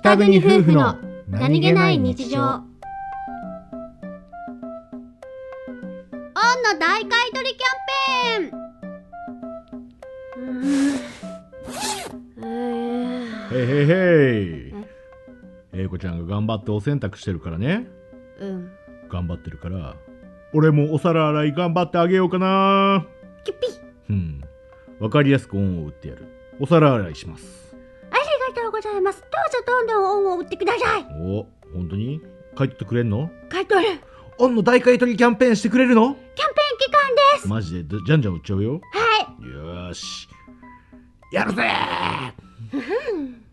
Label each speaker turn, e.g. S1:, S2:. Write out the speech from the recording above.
S1: 北国夫婦の何気ない日常
S2: あ
S1: ンの大買い取りキャンペーンうーんうーん
S2: へいへいへい
S1: え
S2: 英子ちゃんが頑張ってお洗濯してるからね
S1: うん
S2: 頑張ってるから俺もお皿洗い頑張ってあげようかな
S1: キュピ
S2: うんわかりやすく恩を売ってやるお皿洗いします
S1: ありがとうございますどうぞどんどん恩を売ってください
S2: お本当に帰ってくれんの
S1: 買い取る
S2: 恩の大買い取りキャンペーンしてくれるの
S1: キャンペーン期間です
S2: マジでじゃじゃんじゃん売っちゃうよ
S1: はい
S2: よーしやるぜー
S1: うん